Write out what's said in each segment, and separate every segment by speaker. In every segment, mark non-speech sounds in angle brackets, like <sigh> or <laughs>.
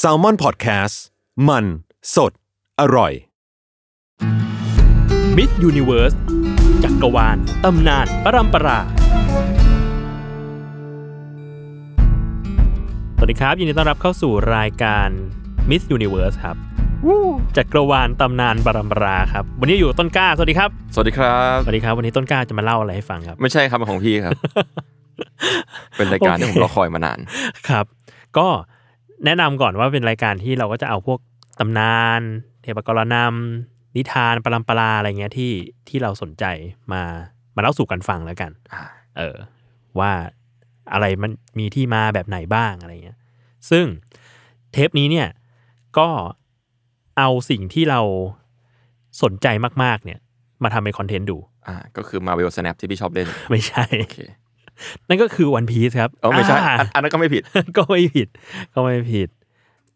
Speaker 1: s a l ม o n PODCAST มันสดอร่อย
Speaker 2: มิสยูนิเวิร์สจักรวาล ตำนาน ประรำปรา สวัสดีครับ ยินดีต้อนรับเข้าสู่รายการมิสยูนิเวิร์สครับจักรวาล ตำนานประรำปราครับ วันนี้อยู่ต้นกล้า สวัสดีครับ
Speaker 3: สวัสดีครับ
Speaker 2: สวัสดีครับ วันนี้ต้นกล้าจะมาเล่าอะไรให้ฟังครับ
Speaker 3: ไม่ใช่ครับเป็นของพี่
Speaker 2: <laughs>
Speaker 3: ครับ เป็นรายการที่ผมรอคอยมานาน
Speaker 2: ครับ ก็แนะนำก่อนว่าเป็นรายการที่เราก็จะเอาพวกตำนาน เทพกรนำนิทานปรำปราอะไรเงี้ยที่ที่เราสนใจมามาเล่าสู่กันฟังแล้วกัน
Speaker 3: อ่า
Speaker 2: เออ ว่าอะไรมันมีที่มาแบบไหนบ้างอะไรเงี้ย ซึ่งเทปนี้เนี่ยก็เอาสิ่งที่เราสนใจมาก ๆ เนี่ย มาทำเป็นคอนเทนต์ดู <laughs>
Speaker 3: อ่า ก็คือมาเวลสแนปที่พี่ชอบเล่น
Speaker 2: ไม่ใช่
Speaker 3: โอเค
Speaker 2: นั่นก็คือวันพีซครับ
Speaker 3: เออไม่ใช่
Speaker 2: า
Speaker 3: อันอันนั้นก็ไม่ผิด
Speaker 2: ก็ไม่ผิด ก็ไม่ผิด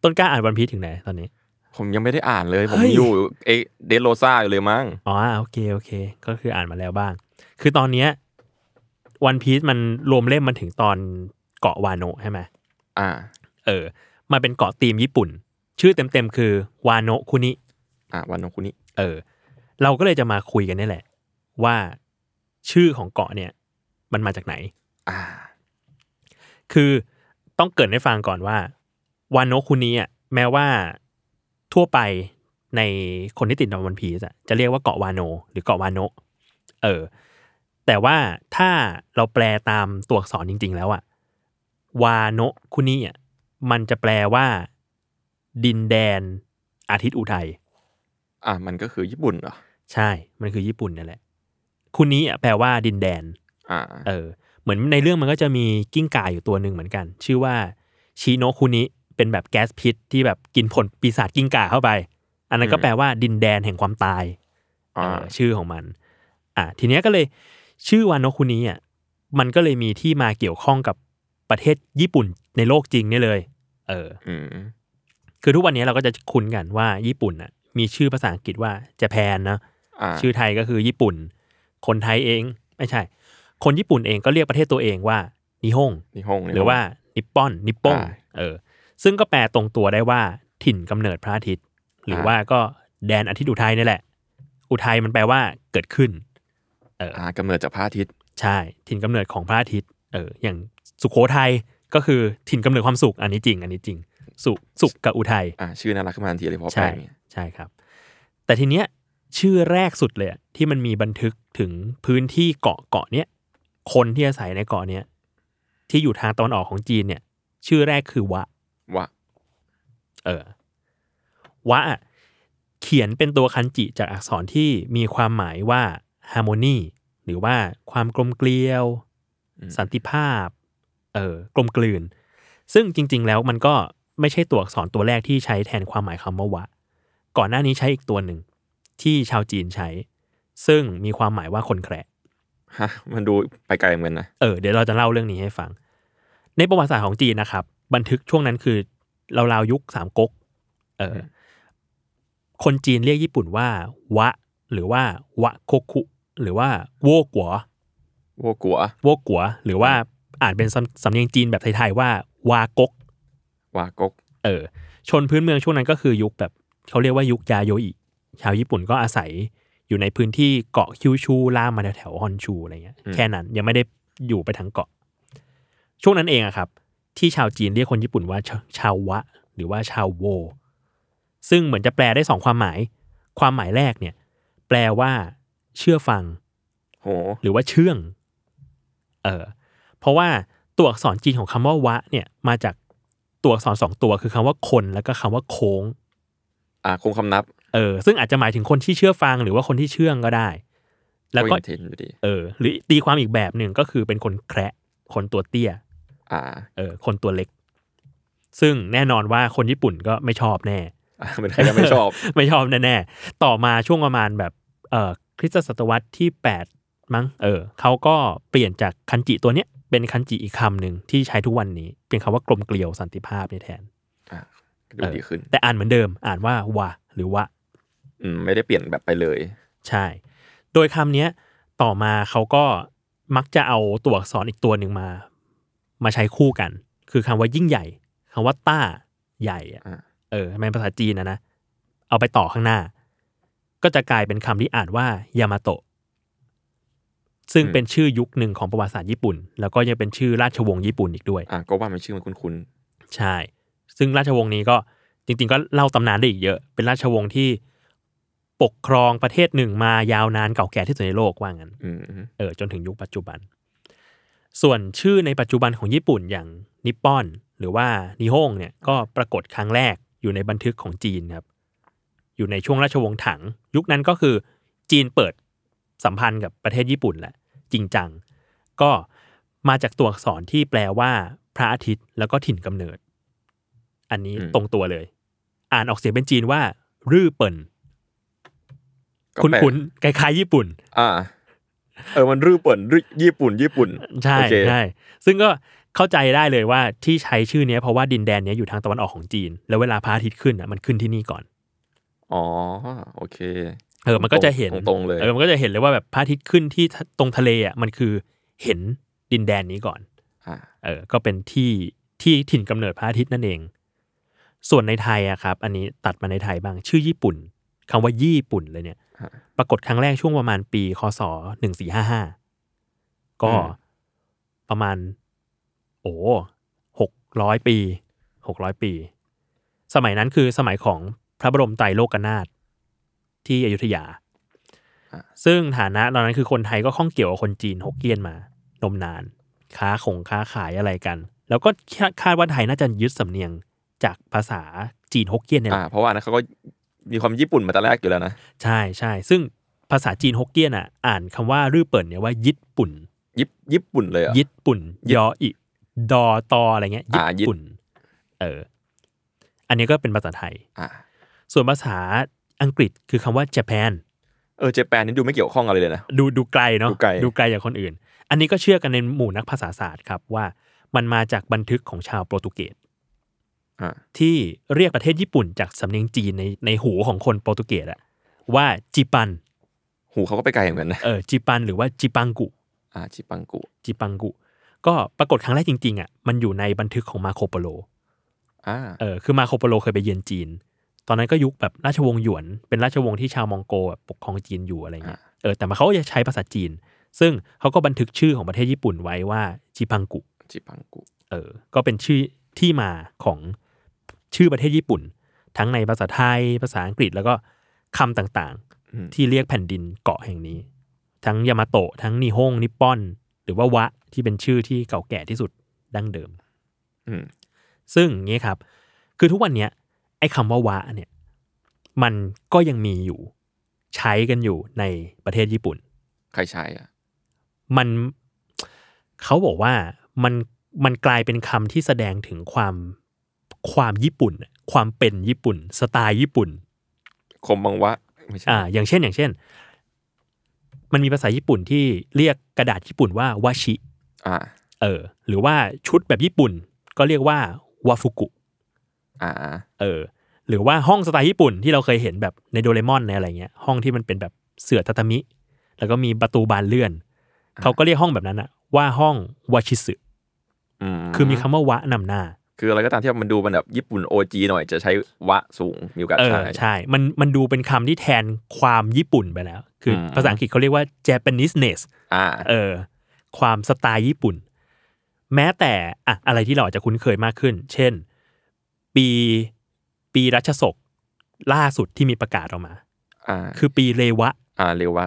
Speaker 2: ต้นกล้าอ่านวันพีชถึงไหนตอนนี้
Speaker 3: ผมยังไม่ได้อ่านเลย ผม
Speaker 2: เฮ้ย
Speaker 3: อยู่เอเดโรซ่าอยู่เลยมั้ง
Speaker 2: อ๋อโอเคโอเค ก็คืออ่านมาแล้วบ้าง คือตอนเนี้ยวันพีซมันรวมเล่มมันถึงตอนเกาะวาโนะใช่ไหม
Speaker 3: อ่า
Speaker 2: เออ มันเป็นเกาะธีมญี่ปุ่น ชื่อเต็มๆคือวาโนะคุนิ
Speaker 3: อ่าวันนองคุนิ
Speaker 2: เออ เราก็เลยจะมาคุยกันนี่แหละ ว่าชื่อของเกาะเนี่ย มันมาจากไหน
Speaker 3: อ่า
Speaker 2: คือต้องเกริดให้ฟังก่อนว่าวานโนะคุนิอ่ะแม้ว่าทั่วไปในคนที่ติดนอมวันพีซอ่ะจะเรียกว่าเกาะวานโนะหรือเกาะวานโนะเออ แต่ว่าถ้าเราแปลตามตัวอักษรจริง ๆ แล้วอ่ะวานโนะคุนิอ่ะมันจะแปลว่า ดินแดนอาทิตย์อุทัย
Speaker 3: อ่า มันก็คือญี่ปุ่นเหรอ
Speaker 2: ใช่ มันคือญี่ปุ่นนั่นแหละ คุนิอ่ะแปลว่าดินแดน
Speaker 3: อ่า
Speaker 2: เออเหมือนในเรื่องมันก็จะมีกิ้งก่าอยู่ตัวหนึ่งเหมือนกัน ชื่อว่าชิโนคุนิเป็นแบบแก๊สพิษที่แบบกินผลปีศาจกิ้งก่าเข้าไป อันนั้นก็
Speaker 3: อืม
Speaker 2: แปลว่าดินแดนแห่งความตายเอ
Speaker 3: อ่า
Speaker 2: อชื่อของมัน อ่ะทีเนี้ยก็เลยชื่อวานโนคุนิอ่ะมันก็เลยมีที่มาเกี่ยวข้องกับประเทศญี่ปุ่นในโลกจริงเนี่ยเลย เออ
Speaker 3: อืม
Speaker 2: คือทุกวันนี้เราก็จะคุ้นกันว่าญี่ปุ่นอ่ะมีชื่อภาษาอังกฤษว่าจแพนนะ
Speaker 3: อ่า
Speaker 2: ชื่อไทยก็คือญี่ปุ่น คนไทยเองไม่ใช่ คนญี่ปุ่นเองก็เรียกประเทศตัวเองว่านิฮง
Speaker 3: นิฮงนิฮง
Speaker 2: หรือว่านิปปอน นิปปง
Speaker 3: อ่า
Speaker 2: เออ ซึ่งก็แปลตรงตัวได้ว่าถิ่นกำเนิดพระอาทิตย์ หรือว่าก็แดนอาทิตย์อุทัยนี่แหละ อุทัยมันแปลว่าเกิดขึ้น
Speaker 3: อ่ากำเนิดจากพระอาทิตย์
Speaker 2: ใช่ ถิ่นกำเนิดของพระอาทิตย์ เออ อย่างสุโขทัยก็คือถิ่นกำเนิดความสุข อันนี้จริง อันนี้จริง สุขสุขกับอุทัย
Speaker 3: อ่า ชื่อน่ารักขึ้นมาทันทีเลยเพราะแปล
Speaker 2: ใช่
Speaker 3: งเนี่ย
Speaker 2: ใช่ครับ แต่ทีเนี้ยชื่อแรกสุดเลยอะที่มันมีบันทึกถึงพื้นที่เกาะเกาะเนี้ยคนที่อาศัยในเกาะเนี้ยที่อยู่ทางตอนออกของจีนเนี่ย ชื่อแรกคือวะ
Speaker 3: วะ
Speaker 2: เออวะอะเขียนเป็นตัวคันจิจากอักษรที่มีความหมายว่าฮาร์โมนีหรือว่าความกลมเกลียว
Speaker 3: อืม
Speaker 2: สันติภาพ เออกลมกลืน ซึ่งจริง ๆ แล้วมันก็ไม่ใช่ตัวอักษรตัวแรกที่ใช้แทนความหมายคำว่าวะ ก่อนหน้านี้ใช้อีกตัวหนึ่ง ที่ชาวจีนใช้ ซึ่งมีความหมายว่าคนแคระ
Speaker 3: ฮะ มันดูไปไกลเหมือนกันนะ
Speaker 2: เออเดี๋ยวเราจะเล่าเรื่องนี้ให้ฟัง ในประวัติศาสตร์ของจีนนะครับ บันทึกช่วงนั้นคือราวๆยุคสามก๊กเอออ
Speaker 3: ม
Speaker 2: คนจีนเรียกญี่ปุ่นว่า วะ หรือว่าวะโคคุ หรือว่าโวกัว
Speaker 3: โวกัว
Speaker 2: โวกัว หรือว่าอ่านเป็นสำสำเนียงจีนแบบไทยๆว่าวากก
Speaker 3: วากก
Speaker 2: เออชนพื้นเมืองช่วงนั้นก็คือยุคแบบเขาเรียกว่ายุคยาโยอิ ชาวญี่ปุ่นก็อาศัยอยู่ในพื้นที่เกาะคิวชูล่ามมาแถวๆฮอนชูอะไรเงี้ย
Speaker 3: อืม
Speaker 2: แค่นั้นยังไม่ได้อยู่ไปทั้งเกาะ ช่วงนั้นเองอะครับ ที่ชาวจีนเรียกคนญี่ปุ่นว่าชาชาววะ หรือว่าชาวโว ซึ่งเหมือนจะแปลได้สองความหมาย ความหมายแรกเนี่ย แปลว่า เชื่อฟัง
Speaker 3: โห
Speaker 2: หรือว่าเชื่อง เออ เพราะว่าตัวอักษรจีนของคำว่าวะ เนี่ย มาจากตัวอักษรสองตัวคือคำว่าคนแล้วก็คำว่าโค้ง
Speaker 3: อ่าคงคำนับ
Speaker 2: เออ ซึ่งอาจจะหมายถึงคนที่เชื่อฟังหรือว่าคนที่เชื่องก็ได้ แล้วก็
Speaker 3: เทนอยู่ดี
Speaker 2: เออ หรือตีความอีกแบบหนึ่งก็คือเป็นคนแคระคนตัวเตี้ย
Speaker 3: อ่า
Speaker 2: เออ คนตัวเล็ก ซึ่งแน่นอนว่าคนญี่ปุ่นก็ไม่ชอบแน่ <laughs>
Speaker 3: อ่าเป็นใครก็ไม่ชอบ
Speaker 2: ไม่ชอบแน่ๆ ต่อมาช่วงประมาณแบบเอ่อคริสตศตวรรษที่ 8 มั้ง เออเขาก็เปลี่ยนจากคันจิตัวเนี้ยเป็นคันจิอีกคำหนึ่งที่ใช้ทุกวันนี้ เป็นคำว่ากลมเกลียวสันติภาพนี่แทน
Speaker 3: อ่ะดู
Speaker 2: เออ
Speaker 3: ดีขึ้น
Speaker 2: แต่อ่านเหมือนเดิมอ่านว่าวะหรือวะ
Speaker 3: อืม ไม่ได้เปลี่ยนแบบไปเลย
Speaker 2: ใช่ โดยคำเนี้ยต่อมาเขาก็มักจะเอาตัวอักษรอีกตัวหนึ่งมา มาใช้คู่กัน คือคำว่ายิ่งใหญ่ คำว่าต้าใหญ่อะ
Speaker 3: อ่า
Speaker 2: เออในภาษาจีนนะนะเอาไปต่อข้างหน้า ก็จะกลายเป็นคำที่อ่านว่ายามาโตะซึ่งเป็นชื่อยุคหนึ่งของประวัติศาสตร์ญี่ปุ่น แล้วก็ยังเป็นชื่อราชวงศ์ญี่ปุ่นอีกด้วย
Speaker 3: อ่ะก็ว่ามันชื่อมันคุ้น
Speaker 2: ใช่ ซึ่งราชวงศ์นี้ก็จริงๆ ก็เล่าตำนานได้อีกเยอะ เป็นราชวงศ์ที่ปกครองประเทศหนึ่งมายาวนานเก่าแก่ที่สุดในโลกว่างั้น
Speaker 3: ๆอืมอืม
Speaker 2: เออจนถึงยุคปัจจุบัน ส่วนชื่อในปัจจุบันของญี่ปุ่นอย่างนิปปอน หรือว่านิฮงเนี่ยก็ปรากฏครั้งแรกอยู่ในบันทึกของจีนครับ อยู่ในช่วงราชวงศ์ถัง ยุคนั้นก็คือจีนเปิดสัมพันธ์กับประเทศญี่ปุ่นแหละ จริงจัง ก็มาจากตัวอักษรที่แปลว่า พระอาทิตย์แล้วก็ถิ่นกำเนิด อันนี้ตรงตัวเลย อ่านออกเสียงเป็นจีนว่า รื่อเปิ่น
Speaker 3: ก็
Speaker 2: คุณ
Speaker 3: แปลก
Speaker 2: คุณคล้ายๆญี่ปุ่น
Speaker 3: อ่า เออมันรื้อเปิ่นรื้อญี่ปุ่น ญี่ปุ่น
Speaker 2: ใช่
Speaker 3: โอเค
Speaker 2: ใช่ซึ่งก็เข้าใจได้เลยว่าที่ใช้ชื่อเนี้ยเพราะว่าดินแดนเนี้ยอยู่ทางตะวันออกของจีน แล้วเวลาพระอาทิตย์ขึ้นอ่ะมันขึ้นที่นี่ก่อน
Speaker 3: อ๋อโอเค
Speaker 2: เออมันก็จะเห็น
Speaker 3: ตรงๆเลย
Speaker 2: เออมันก็จะเห็นเลยว่าแบบพระอาทิตย์ขึ้นที่ตรงทะเลอ่ะมันคือเห็นดินแดนนี้ก่อน
Speaker 3: อ่า
Speaker 2: เออก็เป็นที่ที่ถิ่นกำเนิดพระอาทิตย์นั่นเอง ส่วนในไทยอะครับ อันนี้ตัดมาในไทยบ้างชื่อญี่ปุ่นคำว่าญี่ปุ่นเลยเนี่ย
Speaker 3: ฮะ
Speaker 2: ปรากฏครั้งแรกช่วงประมาณปีคศหนึ่งสี่ห้าห้าก็
Speaker 3: อืม
Speaker 2: ประมาณ โอ้หกร้อยปีหกร้อยปี สมัยนั้นคือสมัยของพระบรมไตรโลกนาถที่อยุธยา ซึ่งฐานะตอนนั้นคือคนไทยก็ข้องเกี่ยวกับคนจีนฮกเกี้ยนมา นมนาน ค้าของค้าขายอะไรกัน แล้วก็คาคาดว่าไทยน่าจะยึดสำเนียงจากภาษาจีนฮกเกี้ยนเนี่ยแห
Speaker 3: อ่า
Speaker 2: ละ
Speaker 3: เพราะว่าอันนั้นเขาก็มีความญี่ปุ่นมาแต่แรกอยู่แล้วนะ
Speaker 2: ใช่ใช่ ซึ่งภาษาจีนฮกเกี้ยนอ่ะ อ่านคำว่ารื้อเปิ่นเนี่ยว่ายิดปุ่น
Speaker 3: ญี่ญี่ปุ่นเลยเหรอ่ะ
Speaker 2: ยิดปุ่น ยออิดอตออะไรเงี้ยยิ
Speaker 3: อ่ายิ
Speaker 2: ด
Speaker 3: ด
Speaker 2: ปุ่น เออ อันนี้ก็เป็นภาษาไทย
Speaker 3: อ่า
Speaker 2: ส่วนภาษาอังกฤษคือคำว่า Japan
Speaker 3: เออเจแปนนี่ดูไม่เกี่ยวข้องอะไรเลยนะ
Speaker 2: ดูดูไกลเนาะ
Speaker 3: ดูไกล
Speaker 2: จากคนอื่น อันนี้ก็เชื่อกันในหมู่นักภาษาศาสตร์ครับว่ามันมาจากบันทึกของชาวโปรตุเกส
Speaker 3: อ่า
Speaker 2: ที่เรียกประเทศญี่ปุ่นจากสำเนียงจีนในในหูของคนโปรตุเกสอะว่าจิปัน
Speaker 3: หูเขาก็ไปไกลเหมือนกันนะ
Speaker 2: เออจิปันหรือว่าจิปังกุ
Speaker 3: อ่าชิปังกุ
Speaker 2: จิปังกุ ก็ปรากฏครั้งแรกจริงๆอ่ะมันอยู่ในบันทึกของมาโคโปโล
Speaker 3: อ่า
Speaker 2: เออคือมาโคโปโลเคยไปเยือนจีน ตอนนั้นก็ยุคแบบราชวงศ์หยวน เป็นราชวงศ์ที่ชาวมองโกแบบปกครองจีนอยู่อะไรเงี้ย เออแต่มาเขาจะใช้ภาษาจีน ซึ่งเขาก็บันทึกชื่อของประเทศญี่ปุ่นไว้ว่าจิปังกุ
Speaker 3: ชิปังกุ
Speaker 2: เออ ก็เป็นชื่อที่มาของชื่อประเทศญี่ปุ่น ทั้งในภาษาไทย ภาษาอังกฤษแล้วก็คำต่าง
Speaker 3: อืม
Speaker 2: ๆ ที่เรียกแผ่นดินเกาะแห่งนี้ ทั้งยามาโตะ ทั้งนิฮง นิปปอน หรือว่าวะที่เป็นชื่อที่เก่าแก่ที่สุดดั้งเดิม
Speaker 3: อืม
Speaker 2: ซึ่งอย่างนี้ครับ คือทุกวันเนี้ยไอ้คำว่าวะเนี่ย มันก็ยังมีอยู่ ใช้กันอยู่ในประเทศญี่ปุ่น
Speaker 3: ใครใช้อ่ะ
Speaker 2: มันเขาบอกว่ามันมันกลายเป็นคำที่แสดงถึงความความญี่ปุ่น ความเป็นญี่ปุ่น สไตล์ญี่ปุ่น
Speaker 3: คมบังวะไม่ใช่
Speaker 2: อ่า อย่างเช่นอย่างเช่น มันมีภาษาญี่ปุ่นที่เรียกกระดาษญี่ปุ่นว่าวาชิ
Speaker 3: อ่า
Speaker 2: เออ หรือว่าชุดแบบญี่ปุ่น ก็เรียกว่าวาฟุกุ
Speaker 3: อ่าอ่า
Speaker 2: เออ หรือว่าห้องสไตล์ญี่ปุ่นที่เราเคยเห็นแบบในโดเรมอนในอะไรเงี้ย ห้องที่มันเป็นแบบเสื่อtatami แล้วก็มีประตูบานเลื่อน เขาก็เรียกห้องแบบนั้นอะว่าห้องวาชิสึ
Speaker 3: อืม
Speaker 2: คือมีคำว่าวะนำหน้า
Speaker 3: คืออะไรก็ตามที่มันดูมันแบบญี่ปุ่นโอจีหน่อยจะใช้วะสูงมีโอกาส
Speaker 2: เออ
Speaker 3: ใช้
Speaker 2: ใช่ มัน มันดูเป็นคำที่แทนความญี่ปุ่นไปแล้ว คืออ
Speaker 3: ม
Speaker 2: ภาษาอังกฤษเขาเรียกว่า Japanese ness
Speaker 3: อ่า
Speaker 2: เออ ความสไตล์ญี่ปุ่น แม้แต่อะอะไรที่เราอาจจะคุ้นเคยมากขึ้น เช่น ปี ปีรัชศกล่าสุดที่มีประกาศออกมา
Speaker 3: อ่า
Speaker 2: คือปีเรวะ
Speaker 3: อ่าเรียกวะ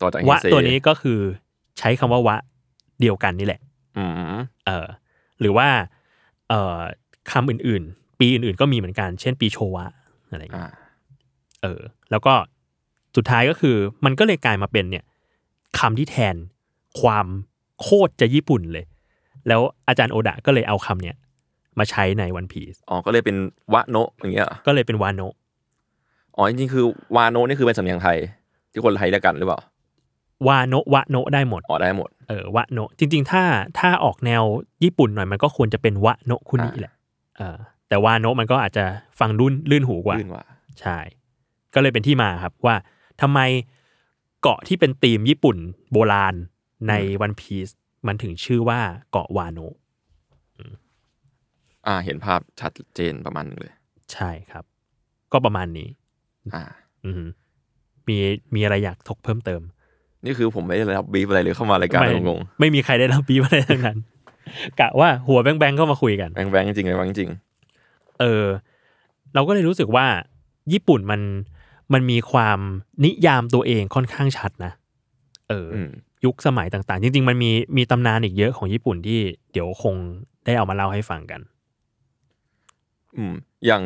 Speaker 3: ต่อจาก
Speaker 2: วะ
Speaker 3: เฮเซ
Speaker 2: ตัวนี้ก็คือใช้คำว่าวะเดียวกันนี่แหละ
Speaker 3: อืม
Speaker 2: เออหรือว่าเออคำอื่นๆ ปีอื่นๆก็มีเหมือนกัน เช่นปีโชวะอะไรอย่างเงี้ย
Speaker 3: อ่า
Speaker 2: เออ แล้วก็สุดท้ายก็คือมันก็เลยกลายมาเป็นเนี่ยคำที่แทนความโคตรจะญี่ปุ่นเลย แล้วอาจารย์โอดะก็เลยเอาคำเนี่ยมาใช้ในวันพีซ
Speaker 3: อ๋อก็เลยเป็นวะโนะอย่างเงี้ยเหรอ
Speaker 2: ก็เลยเป็นวานโนะ
Speaker 3: อ๋อจริงๆคือวาโนะนี่คือเป็นสำเนียงไทย ที่คนไทยเรียกกันหรือเปล่าว
Speaker 2: าโนะวะโนะได้หมด
Speaker 3: อ๋อได้หมด
Speaker 2: เออวะโนะจริง ๆ ถ้าถ้าออกแนวญี่ปุ่นหน่อยมันก็ควรจะเป็นวะโนะคุนิ
Speaker 3: อ่า
Speaker 2: แหละเออแต่วาโนะมันก็อาจจะฟังรุ่นลื่นหูกว่า
Speaker 3: ยื่นว่า
Speaker 2: ใช่ ก็เลยเป็นที่มาครับว่าทำไมเกาะที่เป็นธีมญี่ปุ่นโบราณในวันพีซมันถึงชื่อว่าเกาะวาโนะ
Speaker 3: อ่า เห็นภาพชัดเจนประมาณหนึงเลย
Speaker 2: ใช่ครับ ก็ประมาณนี้
Speaker 3: อ่า
Speaker 2: อือหือมีมีอะไรอยากถกเพิ่มเติม
Speaker 3: นี่คือผมไม่ได้รับบรีฟอะไรเลยเข้ามารายการ
Speaker 2: ไม่
Speaker 3: งง
Speaker 2: ไม่มีใครได้รับปีบอะไรทั้งนั้น
Speaker 3: <laughs>
Speaker 2: กะว่าหัวแบงๆเข้ามาคุยกัน
Speaker 3: ๆแบงค์แบงค์จริงๆเลยแบงค์จริง
Speaker 2: เออ เราก็เลยรู้สึกว่า ญี่ปุ่นมันมันมีความนิยามตัวเองค่อนข้างชัดนะ เอออ
Speaker 3: อืม
Speaker 2: ยุคสมัยต่างๆ จริง ๆ มันมีมีตำนานอีกเยอะของญี่ปุ่นที่เดี๋ยวคงได้เอามาเล่าให้ฟังกัน
Speaker 3: อืม อย่าง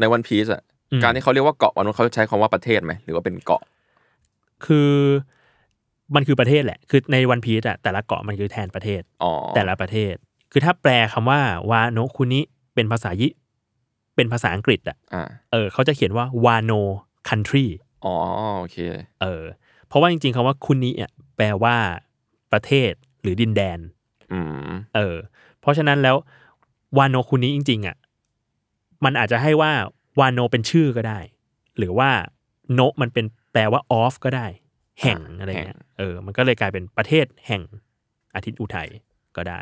Speaker 3: ในวันพีซอะ
Speaker 2: อืม
Speaker 3: การที่เขาเรียกว่าเกาะวันนู้นเขาใช้คำว่าประเทศไหมหรือว่าเป็นเกาะ
Speaker 2: คือมันคือประเทศแหละ คือในวันพีซอะแต่ละเกาะมันคือแทนประเทศ
Speaker 3: อ๋อ
Speaker 2: แต่ละประเทศ คือถ้าแปลคำว่าวาโนะคุนิเป็นภาษายิเป็นภาษาอังกฤษอะ
Speaker 3: อ่า
Speaker 2: เออเขาจะเขียนว่าวาโน country
Speaker 3: อ๋อโอเค
Speaker 2: เออเพราะว่าจริงๆคำว่าคุนิอ่ะแปลว่าประเทศหรือดินแดน
Speaker 3: อืม
Speaker 2: เออ เพราะฉะนั้นแล้ววาโนคุนิจริง ๆอ่ะมันอาจจะให้ว่าวาโนเป็นชื่อก็ได้ หรือว่าโนะมันเป็นแปลว่าออฟก็ได้ แห่งอะไรเงี้ยเออ มันก็เลยกลายเป็นประเทศแห่งอาทิตย์อุทัยก็ได้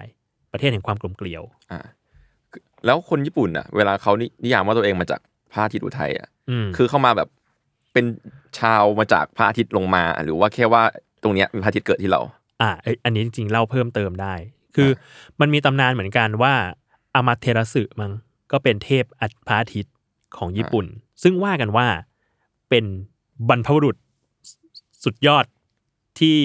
Speaker 2: ประเทศแห่งความกลมเกลียว
Speaker 3: อ่า แล้วคนญี่ปุ่นอะเวลาเขานินิยามว่าตัวเองมาจากพระอาทิตย์อุทัยอะ
Speaker 2: อืม
Speaker 3: คือเข้ามาแบบเป็นชาวมาจากพระอาทิตย์ลงมา หรือว่าแค่ว่าตรงเนี้ยมีพระอาทิตย์เกิดที่เรา
Speaker 2: อ่ะเอ้ยอันนี้จริงๆเล่าเพิ่มเติมได้ คืออมันมีตำนานเหมือนกันว่าอามาเทราสึมั้งก็เป็นเทพอัพระอาทิตย์ของญี่ปุ่น ซึ่งว่ากันว่าเป็นบรรพบุรุษสสุดยอดที่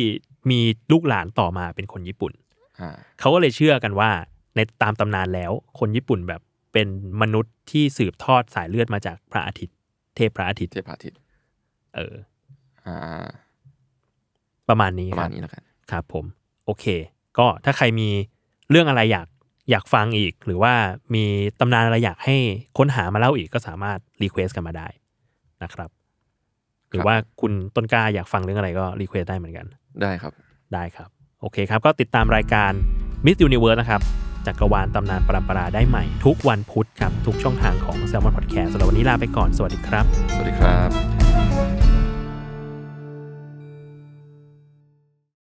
Speaker 2: มีลูกหลานต่อมาเป็นคนญี่ปุ่น
Speaker 3: อ่า
Speaker 2: เขาก็เลยเชื่อกันว่าในตามตำนานแล้ว คนญี่ปุ่นแบบเป็นมนุษย์ที่สืบทอดสายเลือดมาจากพระอาทิตย์ เทพพระอาทิตย์
Speaker 3: เทพพระอาทิตย์
Speaker 2: เออ
Speaker 3: อ่า
Speaker 2: ประมาณนี้
Speaker 3: ประ
Speaker 2: ค
Speaker 3: มา
Speaker 2: รั
Speaker 3: ณ
Speaker 2: บ
Speaker 3: นี้แล้วกัน
Speaker 2: ครับผม โอเค ก็ถ้าใครมีเรื่องอะไรอยากอยากฟังอีก หรือว่ามีตำนานอะไรอยากให้ค้นหามาเล่าอีกก็สามารถรีเควสกันมาได้นะครับ หรือว่าคุณต้นกล้าอยากฟังเรื่องอะไรก็รีเควสได้เหมือนกัน
Speaker 3: ได้ครับ
Speaker 2: ได้ครับ โอเคครับ ก็ติดตามรายการ Miss Universe นะครับจักรวาลตำนานปรำปราได้ใหม่ ทุกวันพุธครับ ทุกช่องทางของ Salmon Podcast สำหรับวันนี้ลาไปก่อนสวัสดีครับ
Speaker 3: สวัสดีครับ